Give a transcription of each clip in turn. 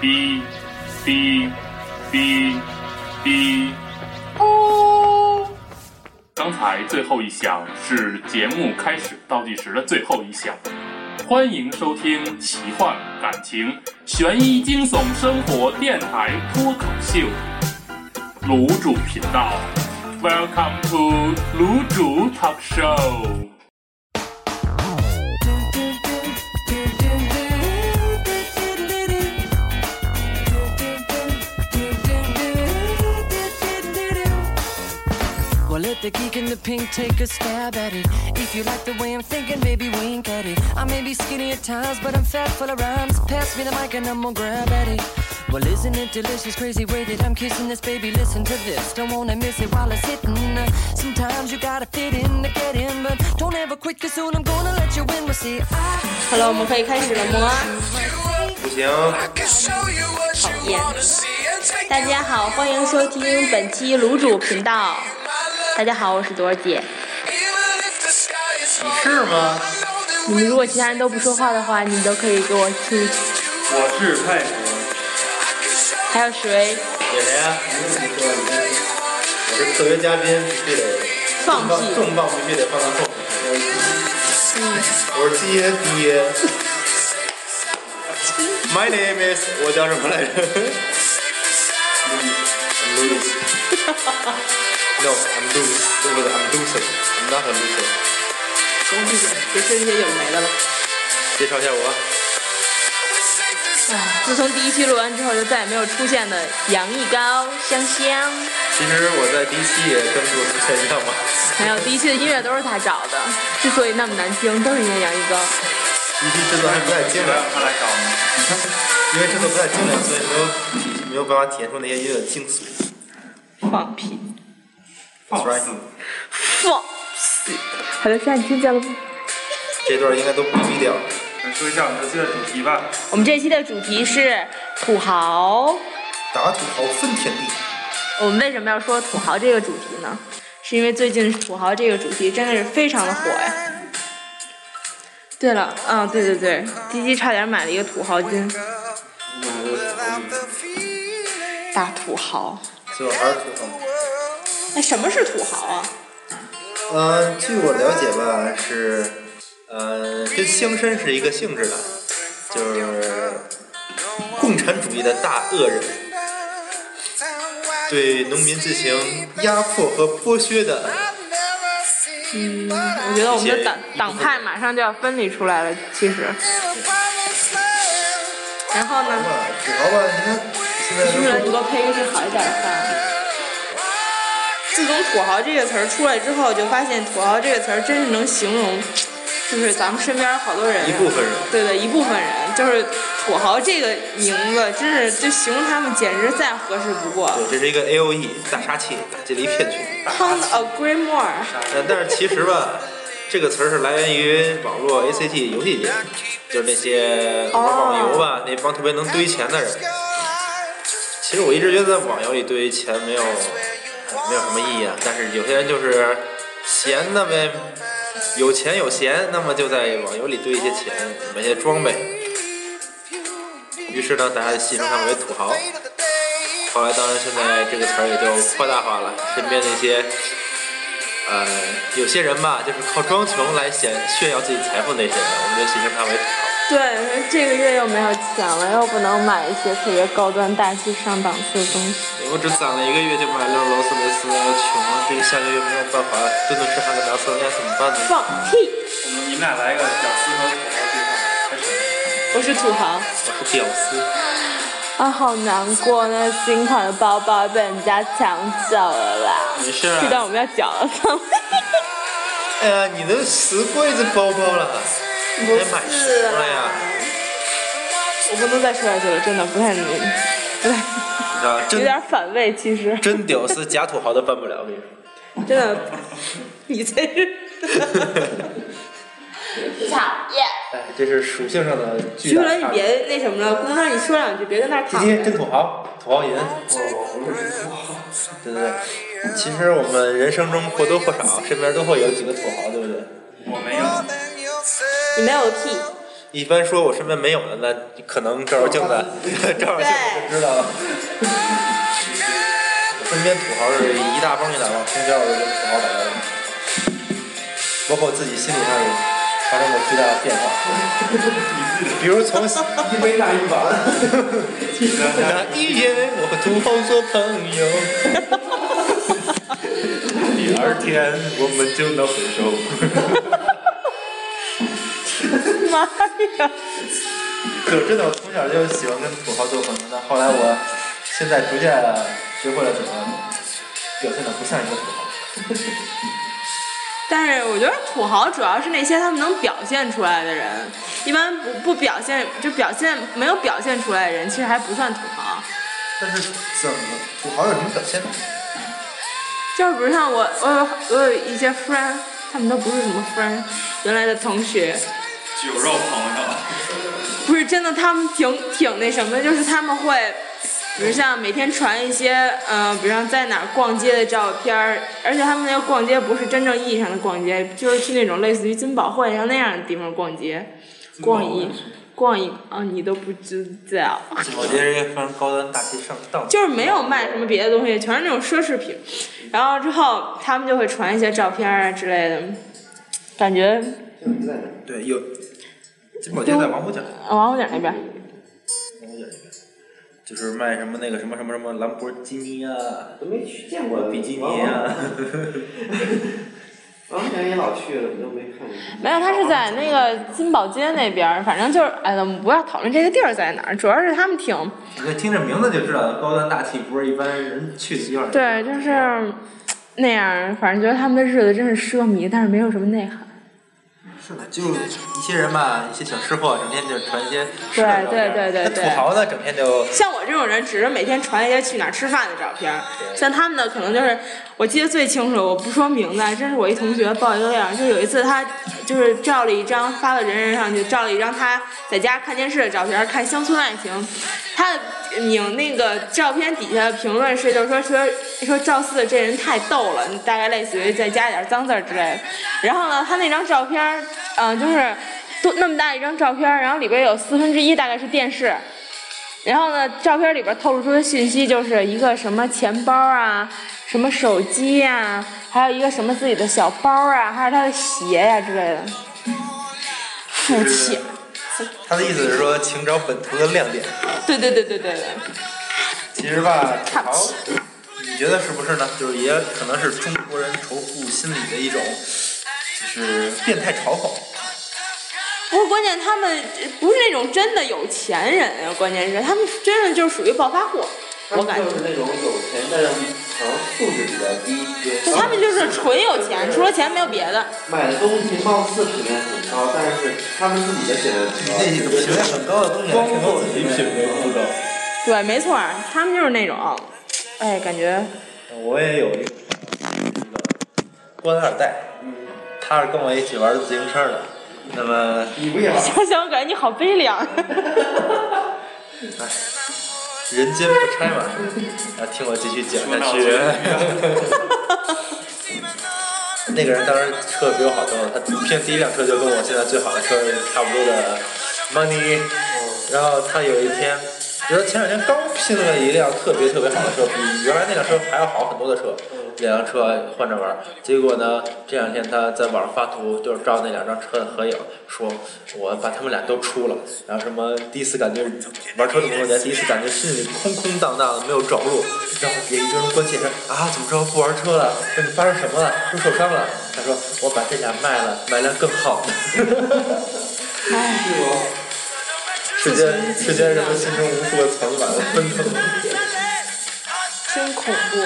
B B B B。刚才最后一响是节目开始倒计时的最后一响。欢迎收听奇幻、感情、悬疑、惊悚、生活电台脱口秀，卤煮频道。Welcome to 卤煮 Talk Show。 Well, let the geek in the pink take a stab at it. If you like the way I'm thinking, baby, wink at it. I may be skinny at times, but I'm fat full of rhymes. Pass me the mic and I'm gonna grab at it. Well, isn't it delicious, crazy way that I'm kissing this baby? Listen to this, don't wanna miss it while it's hitting. Sometimes you gotta fit in to get in, but don't ever quit, cause soon I'm gonna let you win. Well, see, I. 好了，我们可以开始了么？啊不行，讨厌。大家好，欢迎收听本期卤煮频道。大家好，我是朵儿姐。你是吗？你们如果其他人都不说话的话，你们都可以给我出去。我是派叔。还有谁？演谁呀？你怎么不说？你看我是特约嘉宾，必须得放重磅屁重磅必须得放到后面。我是爹爹。My name is 我叫什么来着？I'm Louis. No, I'm Louis. 对不对？I'm Lucy. I'm not a Lucy. 别说这些有没的了。介绍一下我。唉，自从第一期录完之后，就再也没有出现的杨一高、香香，其实我在第一期也跟我之前一样嘛。还有第一期的音乐都是他找的，之所以那么难听，都是因为杨一高。第一期制作还不太精良。他来找你，因为制作不太精良，所以没有体没有办法体现出那些音乐的精髓。放屁！ That's 放 right 肆！放屁！好了，现在你听见了吗？这段应该都不低调。来说一下我们这期的主题吧。我们这期的主题是土豪。打土豪分田地，我们为什么要说土豪这个主题呢？是因为最近土豪这个主题真的是非常的火呀。对了，嗯、对对对，滴滴差点买了一个土豪金，大土豪。最后还是土豪。哎，什么是土豪啊？嗯，据我了解吧，是，嗯，跟乡绅是一个性质的，就是共产主义的大恶人，对农民进行压迫和剥削的。嗯，我觉得我们的党党派马上就要分离出来了。其实，然后哇，呢，土豪吧，你看现在为了都你给我配一个是好一点的饭。自从“土豪”这个词儿出来之后，就发现“土豪”这个词儿真是能形容，就是咱们身边好多人啊一部分人对对，一部分人就是“土豪”这个名字，真是就形容他们简直再合适不过。对，这是一个 A O E 大杀器，打进了一片群。 Can't agree more。呃，但是其实吧，这个词儿是来源于网络 ACT 游戏界，就是那些玩网游吧，那帮特别能堆钱的人。其实我一直觉得在网游里堆钱没有没有什么意义啊，但是有些人就是闲的呗，有钱有闲，那么就在网游里堆一些钱，买些装备。于是呢，大家就戏称他们为土豪。后来，当然现在这个词儿也就扩大化了，身边那些呃，有些人吧，就是靠装穷来显炫耀自己财富那些人，我们就戏称他为土豪。对，这个月又没有钱了，又不能买一些特别高端、大气、上档次的东西。我只攒了一个月就买了劳斯莱斯，穷了，这个下个月没有办法顿顿吃汉克达斯，那怎么办呢？放屁！我们你们俩来一个屌丝和土豪对话，开始。我是土豪。我是屌丝，啊，好难过，那新款的包包被人家抢走了啦！没事这段啊。我们要讲了，哎呀，你都死贵子包包了，你还买什么了呀？我不能再说下去了，真的不太能，对，你知道，有真点反胃，其实真屌丝，假土豪都办不了，我跟你说。真的，你才是，讨厌！哎，这是属性上的巨徐大伦，你差别。别那什么了，姑娘，你说两句，别跟那儿今躺天着。真土豪，土豪银。我我不是土豪，对对对，其实我们人生中或多或少身边都会有几个土豪，对不对？我没有。你没有屁，一般说我身边没有的，那可能照照镜子，照 照镜子就知道了。我身边土豪是一大帮一大帮，从小我就跟土豪打交道，包括我自己心理上也发生过巨大的变 化。比如从 一杯大一碗， 那一夜我和土豪做朋友， 第二天我们就能分手。妈呀！可真的，我从小就喜欢跟土豪做朋友，但后来我现在逐渐学会了怎么表现的不像一个土豪。但是我觉得土豪主要是那些他们能表现出来的人，一般不不表现就表现没有表现出来的人，其实还不算土豪。但是怎么土豪有什么表现呢？就是比如像我，我有我有一些 friend，他们都不是什么 friend，原来的同学，酒肉朋友，不是真的，他们挺挺那什么的，就是他们会，比如像每天传一些，呃，比如像在哪儿逛街的照片儿，而且他们那个逛街不是真正意义上的逛街，就是去那种类似于金宝汇像那样的地方逛街，逛一逛一啊，你都不知道，我觉得是一个非常高端大气上档次。就是没有卖什么别的东西，全是那种奢侈品。然后之后他们就会传一些照片儿啊之类的，感觉对，有金宝街在王府井，呃王府井那边儿王府井那边，就是卖什么那个什么什么什么兰博基尼啊、都没去见过比基尼啊， 王府井也老去了，我都没看见。没有，他是在那个金宝街那边儿，反正就是哎，咱们不要讨论这个地儿在哪儿，主要是他们挺你就听这名字就知道高端大气不是一般人去的地方。对，就是嗯那样儿，反正觉得他们的日子真是奢靡，但是没有什么内涵。是的，就是一些人吧，一些小吃货，整天就传一些吃对的照片对对对那对土豪呢，整天就像我这种人，只是每天传一些去哪儿吃饭的照片儿。像他们呢，可能就是我记得最清楚，我不说名字啊，真是我一同学爆一个料儿，就有一次他就是照了一张发到人人上去，照了一张他在家看电视的照片儿，看《乡村爱情》，他的名那个照片底下的评论是，就是说说说赵四这人太逗了，大概类似于再加点儿脏字儿之类的。然后呢，他那张照片儿，嗯、就是多那么大一张照片儿，然后里边有四分之一大概是电视。然后呢，照片里边透露出的信息就是一个什么钱包啊，什么手机呀、还有一个什么自己的小包啊，还有他的鞋呀、之类的。夫妻，他的意思是说，请找本图的亮点。对对对对对对，其实吧，看不好起，你觉得是不是呢？就是也可能是中国人仇富心理的一种，就是变态嘲讽。不过关键他们呃不是那种真的有钱人啊，关键是他们真的就是属于暴发户，我感觉就。是那种有钱，但是好像素质比较低。就他们就是纯有钱，除了钱没有别的。买的东西貌似品味很高，但是他们自己的品味很高。那品位很高的东西，光顾自己品味不高。对，没错儿，他们就是那种，哎，感觉我也有一个官二代，他是跟我一起玩自行车的。那么，你不也是想想我感觉你好悲凉。人间不拆嘛，啊，听我继续讲下去。那个人当时车比我好多了，他拼第一辆车就跟我现在最好的车是差不多的 money。然嗯后他有一天，就是前两天刚拼了一辆特别特别好的车，比原来那辆车还要好很多的车，两辆车换着玩儿。结果呢，这两天他在网上发图，就是照那两张车的合影，说我把他们俩都出了，然后什么第一次感觉玩车的朋友在第一次感觉心里空空荡荡的，没有着落。然后有一个人关切说啊，怎么着不玩车了？说你发生什么了？都受伤了？他说我把这俩卖了，买辆更好的。瞬间，瞬间让他心中无数个层满了奔腾。真恐怖。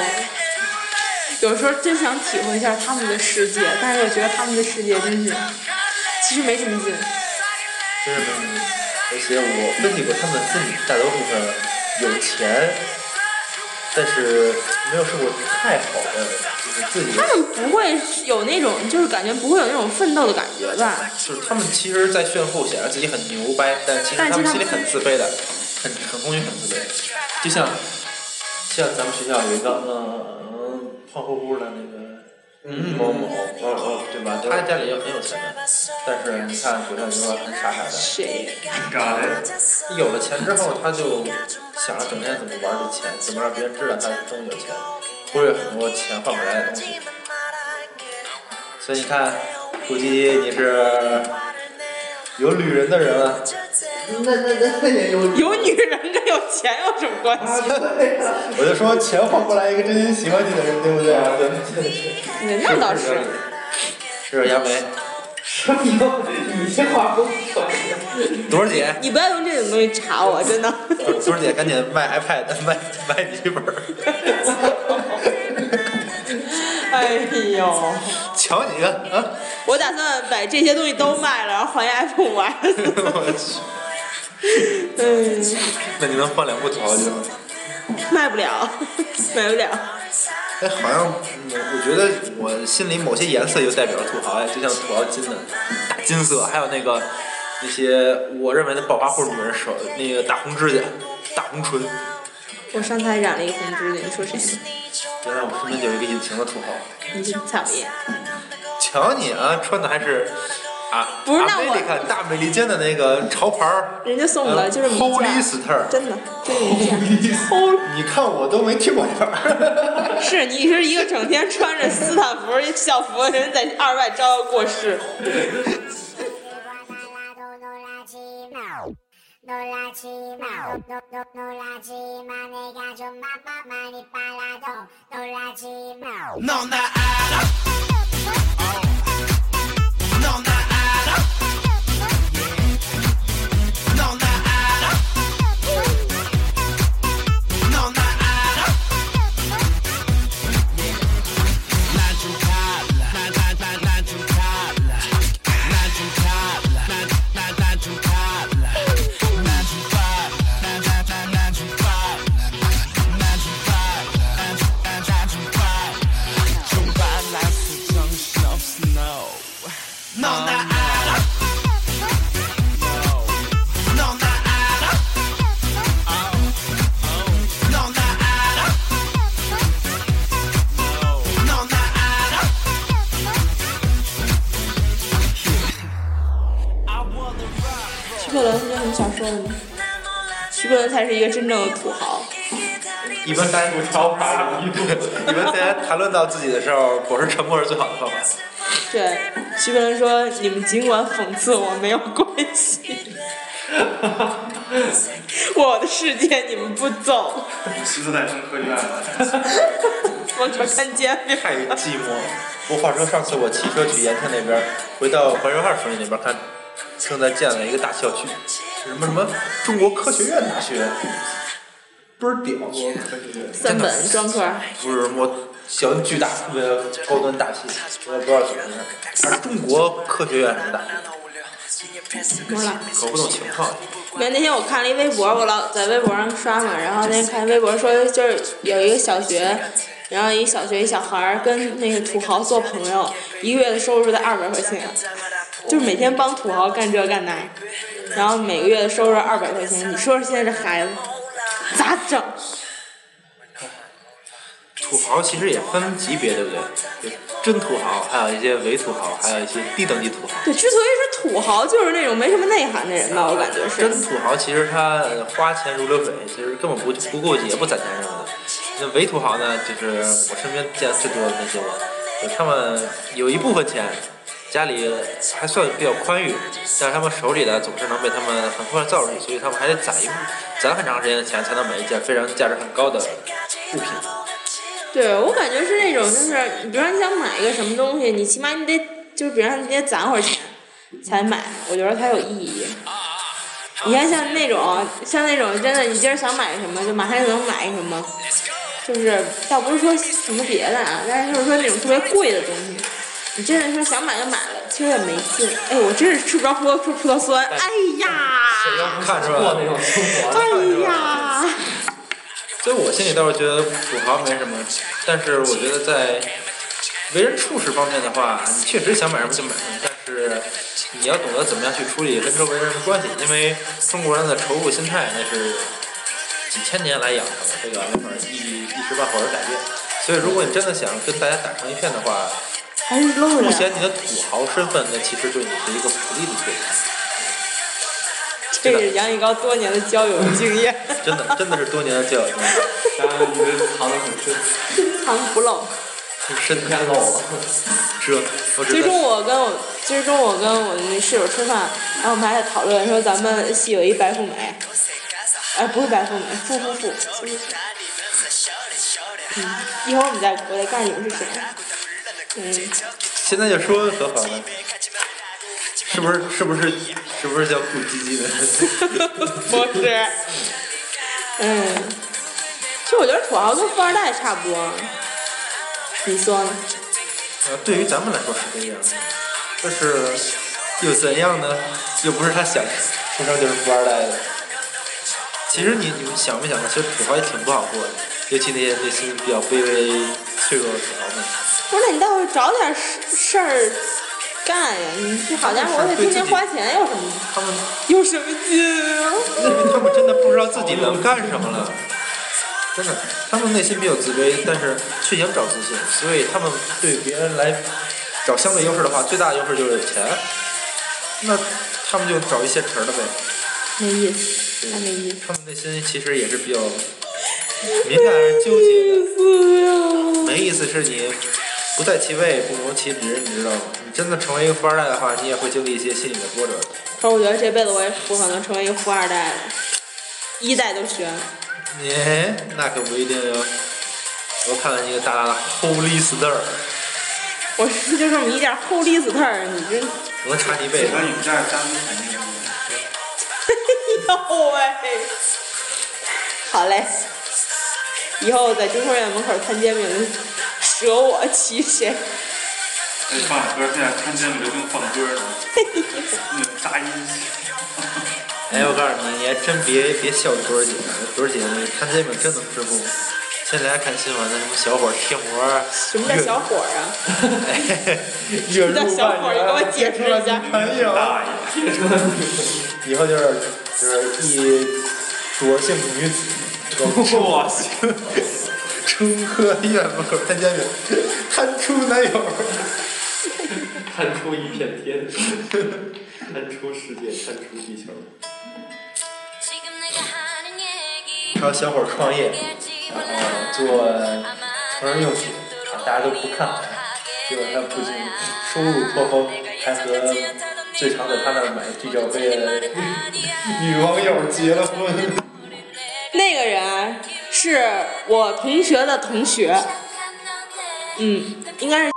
有时候真想体会一下他们的世界，但是我觉得他们的世界真是，其实没什么劲。真是没什么意思而且我分析过，他们自己大多部分有钱，但是没有受过太好的，就是自己他们不会有那种，就是感觉不会有那种奋斗的感觉吧？ 就是他们其实，在炫富显得自己很牛掰，但其实但他其实们他心里们很自卑的，很很空虚，很自卑。就像像咱们学校有一个嗯、呃、胖乎乎的那个某某，嗯嗯，对吧？他家里也很有钱的，但是你看古天乐很傻傻的，谁？咋的？有了钱之后，他就想着整天怎么玩这钱，怎么让别人知道他是真有钱，忽略很多钱换不来的东西。所以你看，估计你是有旅人的人啊，那那那那也有有女人跟有钱有什么关系？ 我就说钱换不来一个真心喜欢你的人，对不啊对？那倒是，是不是杨梅？什么？你这话都可以。朵儿姐，你不要用这种东西查我， 真的。朵儿姐，赶紧卖 iPad，卖 卖笔记本儿， 哎呦，瞧你个啊！我打算把这些东西都卖了，然后还 iPhone 五 S。 我去，嗯，那你能换两部土豪金吗？ 卖不了，买不了。哎，好像嗯我觉得我心里某些颜色就代表了土豪哎，就像土豪金的大金色，还有那个那些我认为的暴发户女人手那个大红指甲、大红唇。我上次还染了一个红指甲，你说谁呢？原来我身边就有一个隐形的土豪，你真讨厌。瞧你啊，穿的还是啊，不是那阿我美利看大美利坚的那个潮牌儿，人家送的就是名呃片 Holy Star，真的，真的一件。你看我都没听过这玩意儿。是你是一个整天穿着斯坦福校服的人，在二外招摇过市。 놀라지마 노- 노- 놀라지마 내가 좀 맘마 많이 빨라도 놀라지마 넌나 알아 넌나 알아 넌나 알아 넌나 알아 난좀 갈라 난난난난좀 갈라 난좀 갈라 난난난좀 갈라 난좀 갈라 난난난난좀 갈라 난좀 갈라 난난난좀 갈라 좀 발라서 정신없어 no 넌나 알아 넌나 알아 넌나 알아 넌나 알아 I wanna rock 徐克伦有什么想说的吗？徐克伦才是一个真正的土豪。一般大家不超八的衣 服，你们大家谈论到自己的时候，保持沉默是最好的方法。对，徐克伦说：“你们尽管讽刺我，没有关系。 我的世界你们不走，狮子在中科院了。 我可看见了。太寂寞了。我话说上次我骑车去盐田那边，回到怀柔二村那边看，正在建了一个大校区，是什么什么中国科学院大学，倍儿屌！三本专科， 不是我小巨大，特别高端大气，我也不知道怎么回事。而中国科学院什么大学，么了？搞不懂情况。没，那天我看了一微博，我老在微博上刷嘛，然后那天看微博说，就是有一个小学，然后一小学一小孩儿跟那个土豪做朋友，一个月的收入在二百块钱，就是每天帮土豪干这干那，然后每个月的收入二百块钱，你说说现在这孩子咋整？土豪其实也分级别，对不对？有真土豪，还有一些伪土豪，还有一些低等级土豪。对，之所以是土豪，就是那种没什么内涵的人吧，我感觉是真。土豪其实他呃花钱如流水，其实根本不不顾忌，也不攒钱什么的。那伪土豪呢，就是我身边见最多的那些人，就他们有一部分钱，家里还算比较宽裕，但是他们手里的总是能被他们很快造出去，所以他们还得攒一部攒很长时间的钱，才能买一件非常价值很高的物品。对我感觉是那种，就是你比如说你想买一个什么东西，你起码你得就是，比如说你得攒会儿钱才买，我觉得才有意义。你看像那种像那种真的，你今儿想买什么就马上就能买什么，就是倒不是说什么别的啊，但是就是说那种特别贵的东西，你真的说想买就买了，其实也没劲。哎，我真是吃不着葡萄说葡萄酸，哎呀，看出来过了那种生活。哎呀，所以我心里倒是觉得土豪没什么，但是我觉得在为人处事方面的话，你确实想买什么就买什么，但是你要懂得怎么样去处理跟周围人的关系，因为中国人的仇富心态那是几千年来养成的，这个没法一一时半会儿改变。所以如果你真的想跟大家打成一片的话，还是露凸脸显。你的土豪身份，那其实对你是一个不利的推荐。这是杨宇高多年的交友经验，真的，真的是多年的教育经验，当然你这藏得很深， 藏不露。深太太露了。 这我今只儿中在午我跟我今儿中午我跟我那室友吃饭，然后我们还在讨论说咱们系有一白富美，哎、不是白富美，富富富，就是嗯，一会儿我们再我再告诉你们是谁。嗯，现在就说何妨呢？是不是是不是是不是叫顾唧唧的？ 不是，嗯，其实我觉得土豪跟富二代差不多，你说呢？呃对于咱们来说是这样，但是又怎样呢？又不是他想出生就是富二代的。其实你你们想没想过，其实土豪也挺不好过的，尤其那些内心比较卑微、脆弱的土豪们。不是，那你待会儿找点事事儿干呀！你这好家伙，我得天天花钱，有什么他们有什么劲啊？他们真的不知道自己能干什么了，真的，他们内心比较自卑，但是却想找自信，所以他们对别人来找相对优势的话，最大的优势就是有钱，那他们就找一现成的呗。没意思，太没意思。他们内心其实也是比较敏感而纠结的，没意思是你不在其位不谋其职，你知道吗？你真的成为一个富二代的话，你也会经历一些心理的波折的。可是我觉得这辈子我也不可能成为一个富二代了，一代都悬。 你那可不一定哟。我看了一个大大的 Holy Star，我是就这么一件厚利斯特儿，你这，我能查你一辈子喜。欢你们这样单独谈恋爱，呦喂！ 好嘞，以后在中科院门口摊煎饼，舍我其谁？哎，放点歌，现在看见流行放歌呢，那种杂音。哎，我告诉你，你还真别别笑朵儿姐，朵儿姐看煎饼真能吃不？现在大家看新闻的什么小伙贴膜儿，什么叫小伙儿啊？月入叫小伙儿，你给我解释一下。没有，大爷，以后就是就是一卓姓女 子，我 去，中科院门口摊煎饼，摊出男友。看出一片天，看出世界，看出地球。还有小伙儿创业，然后做成人用品，啊大家都不看好，结果他不仅收入颇丰，还和最常在他那儿买地表杯的女网友结了婚。那个人啊是我同学的同学，嗯，应该是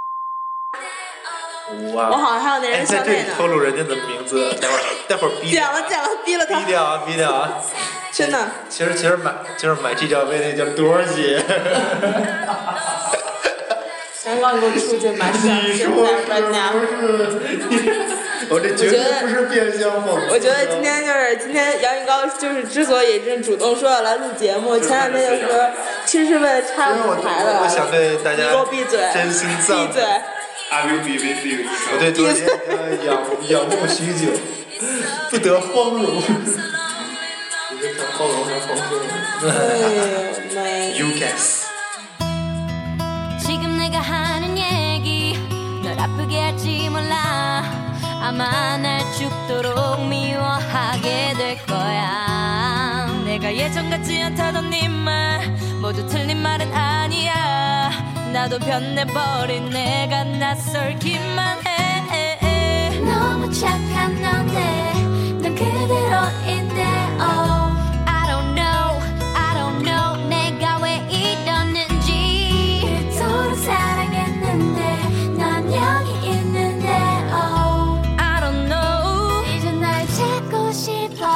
哇！哎我好像还有那哦人在消这里费透呢。露人家的名字，待会儿待会儿 逼剪掉，了剪了，逼了他逼，掉啊，逼掉啊！真的。其实其实买就是买地表杯那叫多少姐，南方，你给我出去，马上你现说在搬家。是不是？ 我这绝对不是变相讽刺。我觉得今天就是今天杨玉高就是之所以这主动说要来录节目，前两天就说其实是为了插因为我舞台的。我想对大你家给我闭嘴！真心闭赞美嘴！ I will be with you。我对卓姐仰仰慕许久，不得荒容。哎呦妈！ You guess， 지금 내가 하는 얘기 널 아프게 할지 몰라 아마 날 죽도록 미워하게 될 거야 내가 예전 같지 않다던 네 말 모두 틀린 말은 아니야 나도 변해버린 내가 낯설기만 해 너무 착한 넌데 넌 그대로인데 oh I don't know I don't know 내가 왜 이러는지 그토록 사랑했는데 난 여기 있는데 oh I don't know 이제 날 찾고 싶어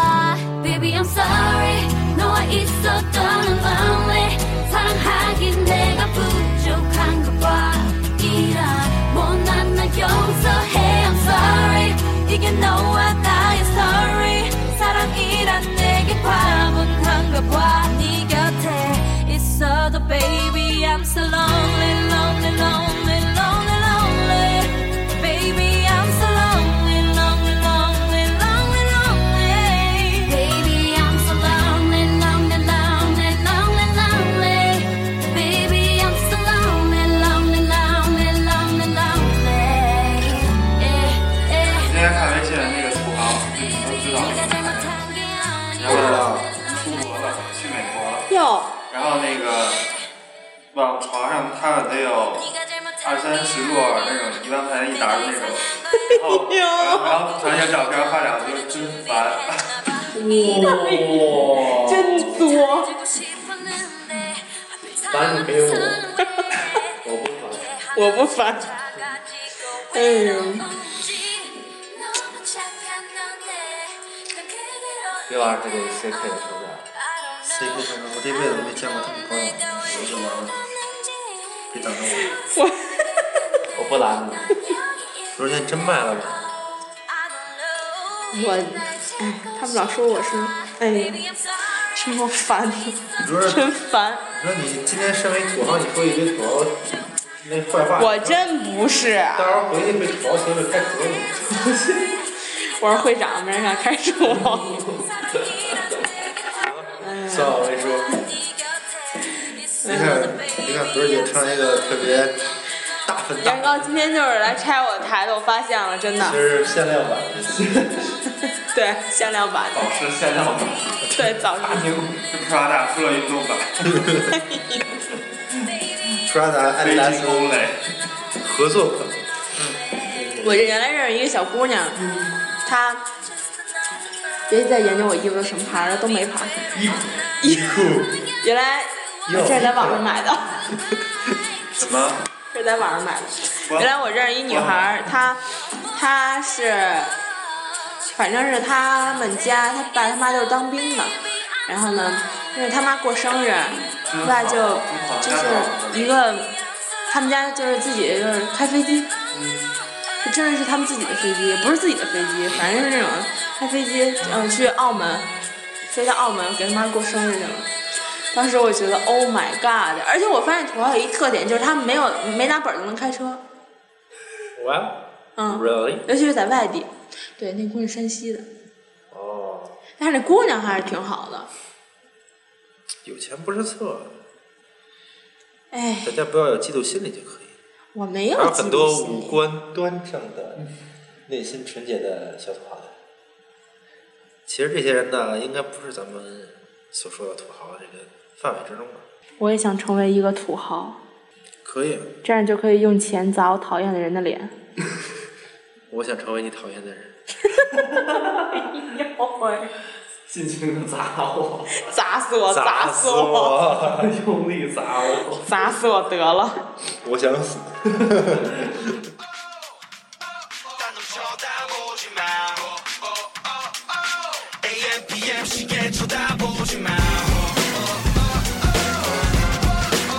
Baby I'm sorry 너와 있었던 I'm lonely 사랑하긴 내가 부족한 것봐 이런 못난 나 용서해 I'm sorry 이게 너와 나의 story 사랑이란 내게 과분한가 봐네 곁에 있어도 baby I'm so lonely lonely lonely lonely lonely baby I'm so lonely lonely lonely lonely lonely baby I'm so lonely lonely lonely lonely lonely baby I'm so lonely lonely lonely lonely lonely 我知道。然不知后道，出国了，去美国了，哟，然后那个往床上他们得有二三十摞那种一万块钱一沓的那种，然后然后传一些照片发两句，真烦。哇，真作，把你给我，我我不不烦。烦。哎呦，刘老师这个 CK 的手感， CK 先生，我这辈子都没见过这么高的，我就完了，别等着我。我我不拦你。不是，那你真卖了吧？我，哎，他们老说我是，哎呀，这么烦，你说是，真烦。你说你今天身为土豪，你说一堆土豪那坏话，我真不是，到时候回去被土豪协会开除了你。我是会长，没人敢开除我。算了，我跟你说，你 네看，你看，何姐穿一个特别大粉大杨，哥今天就是来拆我的台的，我发现了，真的就。是限量版。 对，限量版的，保持限量版，对，早上。这 Prada 出了运动版， Prada、阿迪非达进斯攻类。合作款，我这原来认识一个小姑娘，她别再研究我衣服都什么牌儿了，都没 牌儿。衣裤原来哟这是在网上买的，怎么？这是在网上买的。原来我认识一女孩儿，她她是，反正是他们家，她爸他妈都是当兵的，然后呢，因为他妈过生日，他爸就就是一个，他们家就是自己就是开飞机。真的是他们自己的飞机，不是自己的飞机，反正是那种开飞机，嗯、去澳门，飞到澳门给他妈过生日去了。当时我觉得 Oh my God！而且我发现土豪有一特点，就是他们没有没拿本儿就能开车，我嗯， really？尤其是在外地。对，那姑娘山西的，哦，但是那姑娘还是挺好的。有钱不是错，哎，大家不要有嫉妒心理就可以。我没有还有嫉很妒多心五官端正的、内心纯洁的小土豪的。其实这些人呢，应该不是咱们所说的土豪这个范围之中吧？我也想成为一个土豪，可以，啊这样就可以用钱砸我讨厌的人的脸。我想成为你讨厌的人。尽情的砸我，砸死我！砸死我！ 我！用力砸我。砸死我得了！我想死。 딴놈 쳐다보지 마. AM, PM 시계 쳐다보지 마.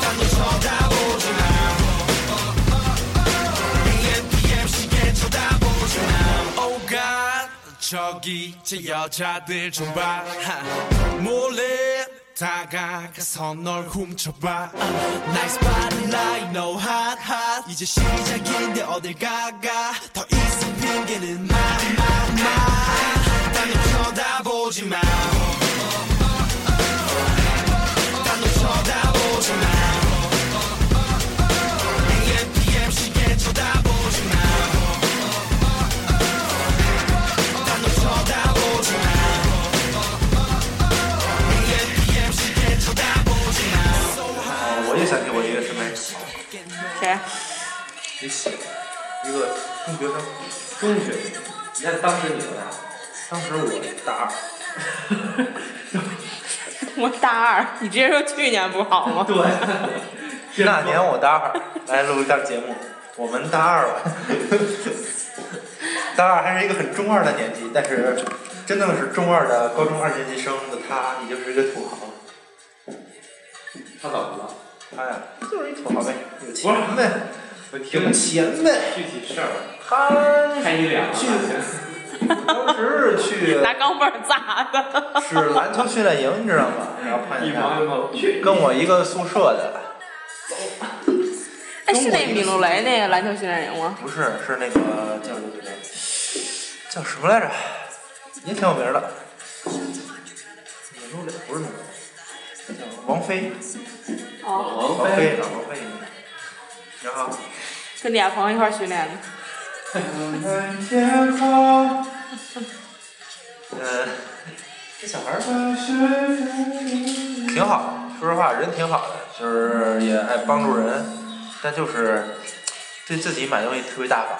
딴놈 쳐다보지 마. AM, PM 시계 쳐다보지 마. Oh God, 저기 제 여자들 좀 봐. 하, 몰래 다가가서 널 훔쳐봐. 나이 스팟라이트 no hot hot. 이제 시작인데 어딜 가가 더 이상 핑계는 마마마 땅을 쳐다보지 마. 땅을 쳐다보지 마. AM PM 시계 쳐다보지 마. 땅을 쳐다보지 마. AM PM 시계 쳐다보지 마. 啊，我就想给我一个身边人谁？你写一个中学生，中学，你看当时你多大？当时我大二。我大二， 你直接说去年不好吗？对那年我大二来录一档节目，我们大二了， 大二还是一个很中二的年纪，但是真正是中二的高中二年级生的他，已经是一个土豪了。他怎么了？他呀，就是一土豪呗，有不钱呗，我听有钱呗。具体事儿，他开你脸了。当时去 拿钢镚儿砸的。是篮球训练营，你知道吗？然后碰一见毛一他，毛去。跟我一个宿舍的，哎，是那米露雷那个篮球训练营吗？不是，是那个叫叫什么来着？也挺有名的。名字不是那个，叫王菲，哦，王菲，老王菲。然后，跟李亚鹏一块儿训练的。看天空，小孩儿吧。挺好，说实话，人挺好的，就是也爱帮助人，但就是对自己买东西特别大方，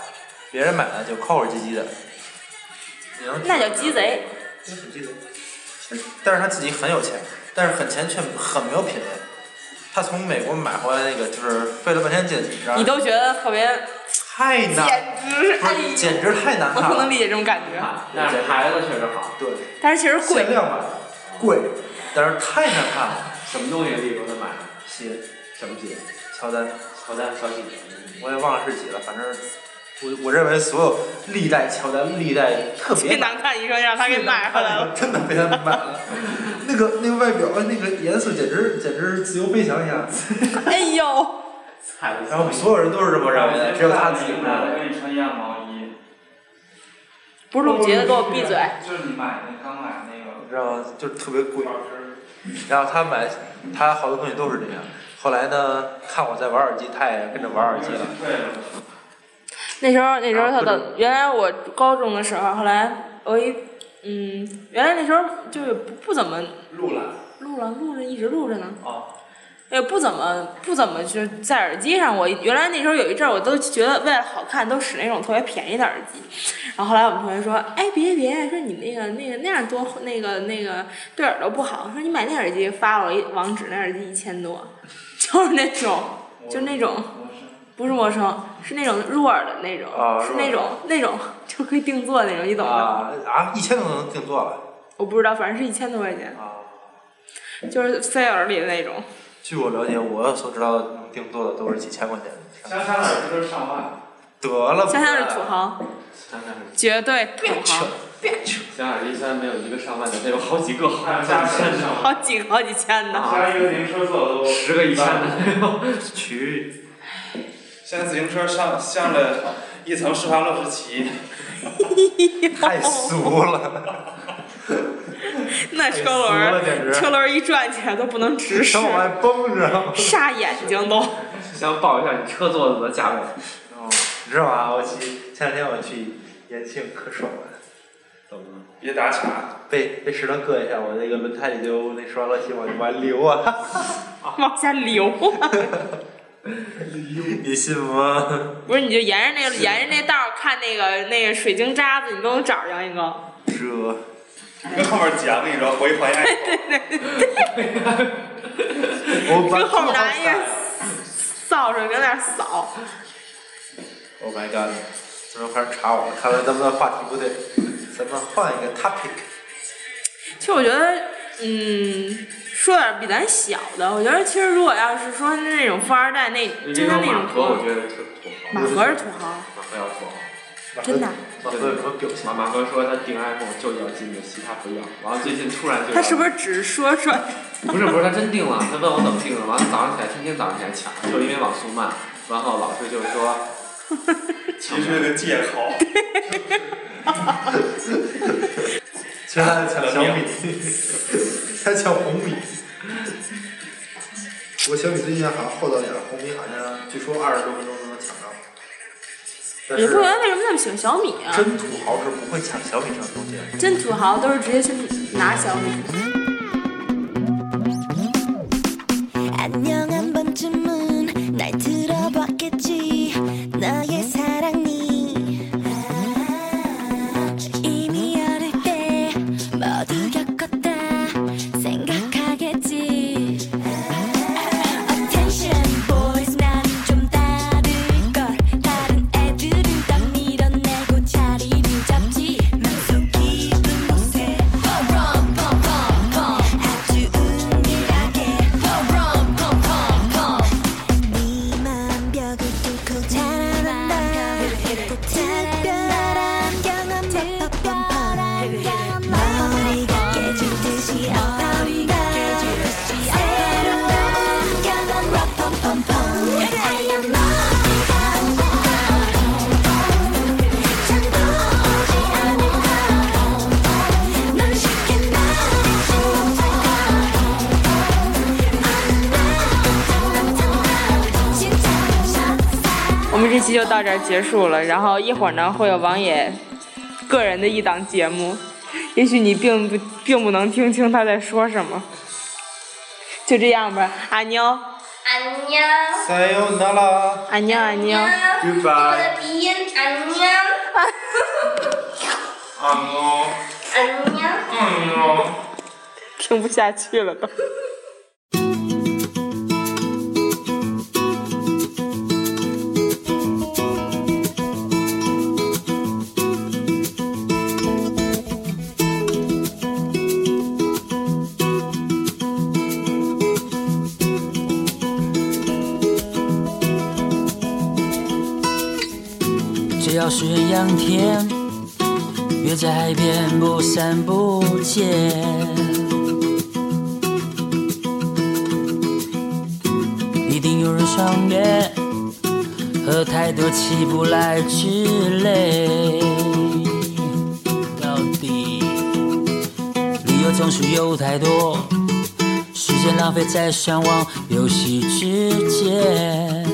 别人买了就抠抠唧唧的。你能那叫鸡贼。很鸡贼。但是他自己很有钱，但是很钱却很没有品位。他从美国买回来那个，就是费了半天劲，然后你都觉得特别，太简难，直不哎是呦，简直太难我看特能了。理解这种感觉。但是牌子确实好，对，但是其实贵限，量版，贵，但是太难看了。什么东西例如他买的？鞋，什么鞋？乔丹，乔丹小几我也忘了是几了，反正我我认为所有历代乔丹历代特别最难看一个让他给买回来了。 真的被他们买了。那个那个外表呃那个颜色简直简直是自由飞翔一样， 哎呦，踩了。然后所有人都是这么认为的，只有他自己买了给你穿一样毛衣，不是我杰的，给我闭嘴！就是你买那刚买那个，然后就是特别贵。然后他买，他好多东西都是这样。后来呢，看我在玩耳机，他也跟着玩耳机了。对了，那时候那时候他啊不的，原来我高中的时候，后来我一嗯，原来那时候就是不不怎么录了。录了录着一直录着呢。哦。也不怎么不怎么就在耳机上，我原来那时候有一阵儿，我都觉得为了好看，都使那种特别便宜的耳机。然后后来我们同学说：“哎，别别，说你那个那个那样多那个那个对耳朵不好，说你买那耳机。”发了我一网址，那耳机一千多， 就是那种就那种不是陌生，是那种入耳的那种，啊是入耳那种那种就可以定做那种，你懂吗？啊啊！一千多能定做了我不知道，反正是一千多块钱，啊！就是塞耳里的那种。据我了解，我所知道的能定做的都是几千块钱。香香耳机都是上万，得了吧，香香是土豪，香香耳机，绝对土豪。香香耳机虽然没有一个上万的，但有好几个好还有像加上身千的，上，好几个好几千的。啊加一个自行车座都十个一千的没有。 去现在自行车上上了一层施华洛世奇，太俗了。 那车轮哎俗了简儿，直车轮儿一转起来都不能直视手，往外绷着。煞眼睛都。想报一下你车座子的价位。哦，你知道吗？我去前两天我去延庆，可爽了，怎么了？别打岔，被被石头硌一下，我那个轮胎里就那双了漆往往流啊， 往下流，你信吗？不是你就沿着那个沿着那道儿看那个那个水晶渣子，你都能找着一个。这跟后面讲，跟你说回还原。我把跟后面这拿一好个伞扫帚搁那儿扫， Oh my god！怎么开始查我了？看来咱们的话题不对，咱们换一个 topic。其实我觉得，嗯，说点比咱小的，我觉得其实如果要是说那种富二代，那你真这的种那马种哥，我觉得特土豪，马哥是土豪，马哥要土豪。真的。马哥有什么表情？马马哥说他订 iPhone 就要进的，其他不要。完了最近突然就要他是不是只说说？不是不是他真订了？他问我怎么订的，完了早上起来天天早上起来抢，就是因为网速慢。然后老师就说其实是个借口，其实他在抢小米，他抢红米。我小米最近好像厚道点儿，红米好像据说二十多分钟就能抢到。但也不明白是为什么那么喜欢小米啊？真土豪是不会抢小米这种东西的。真土豪都是直接去拿小米。 안녕 한 번쯤은 날 들어봤겠지 나의 사랑이 아, 이미 어릴 때 모두 겪었다 생각하겠지 Attention boys 나는 좀 다를걸 다른 애들은 딱 밀어내고 자리를 잡지 난 속 깊은 곳에 펑펑 펑펑펑 아주 은밀하게 펑펑 펑펑펑 네맘 벽을 뚫고 자란다 특별한 경험 펑펑펑 머리가 깨질 듯이 어떤다 새로운 경험 펑펑펑펑 I am not 잠도 오지 않을까 넌 쉽게 나아지지 못할까 진짜 我们这期就到这儿结束了，然后一会儿呢会有王野个人的一档节目，也许你并不并不能听清他在说什么。就这样吧，阿妞， 안녕 塞哟那拉，阿妞，阿妞，我 Goodbye 的鼻音 아, 안녕 啊妞， 안녕 嗯妞。听不下去了都。只要是鸳鸯天，约在海边不散不见。一定有人赏月，喝太多起不来之类。到底理由总是有太多，时间浪费在上网游戏之间。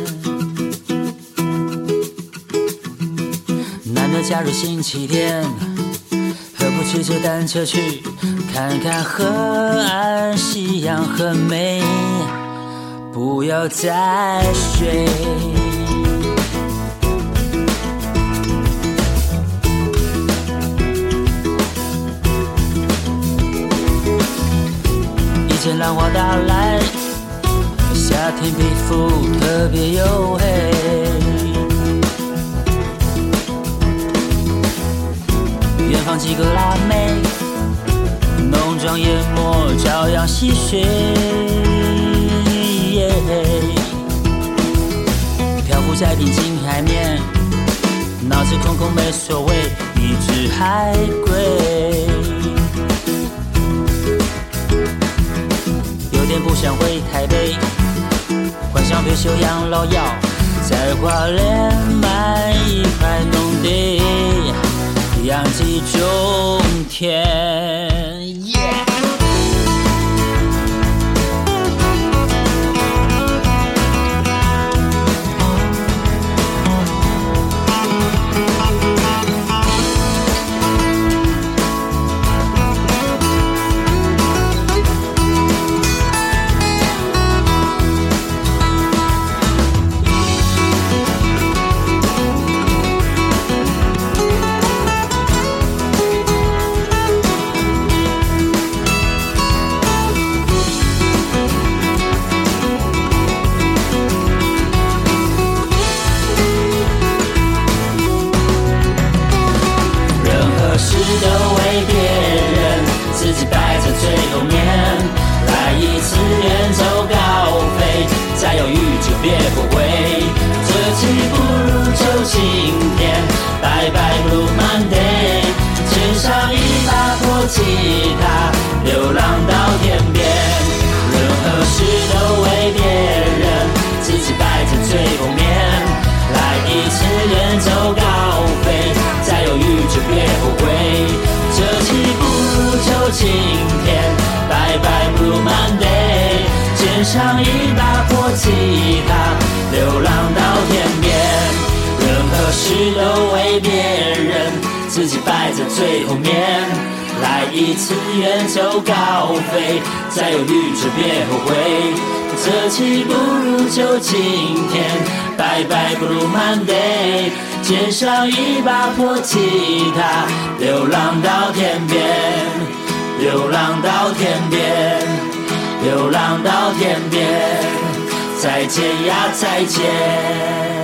难得假日星期天，何不骑着单车去看看河岸，夕阳很美，不要再睡。以前浪花打来，夏天皮肤特别黝黑。远方几个辣妹，浓妆艳抹，朝阳西睡。漂浮在平静海面，脑子空空没所谓，一只海龟。有点不想回台北，幻想退休养老药，在花莲买一块农地。养鸡种田。Yeah! 任何事都为别人，自己摆在最后面。来一次远走高飞，再犹豫就别后悔。这期不如就晴天，拜拜 Blue Monday。捡上一把破吉他，流浪到天边。任何事都为别人，自己摆在最后面。来一次远走高飞，再犹豫就别后悔。这期不如就晴天，拜拜 Blue Monday，肩上一把破吉他，流浪到天边。任何事都为别人，自己摆在最后面。来一次远走高飞，再犹豫就别后悔。这期不如就今天，拜拜 Blue Monday，肩上一把破吉他，流浪到天边，流浪到天边，流浪到天边，再见呀再见。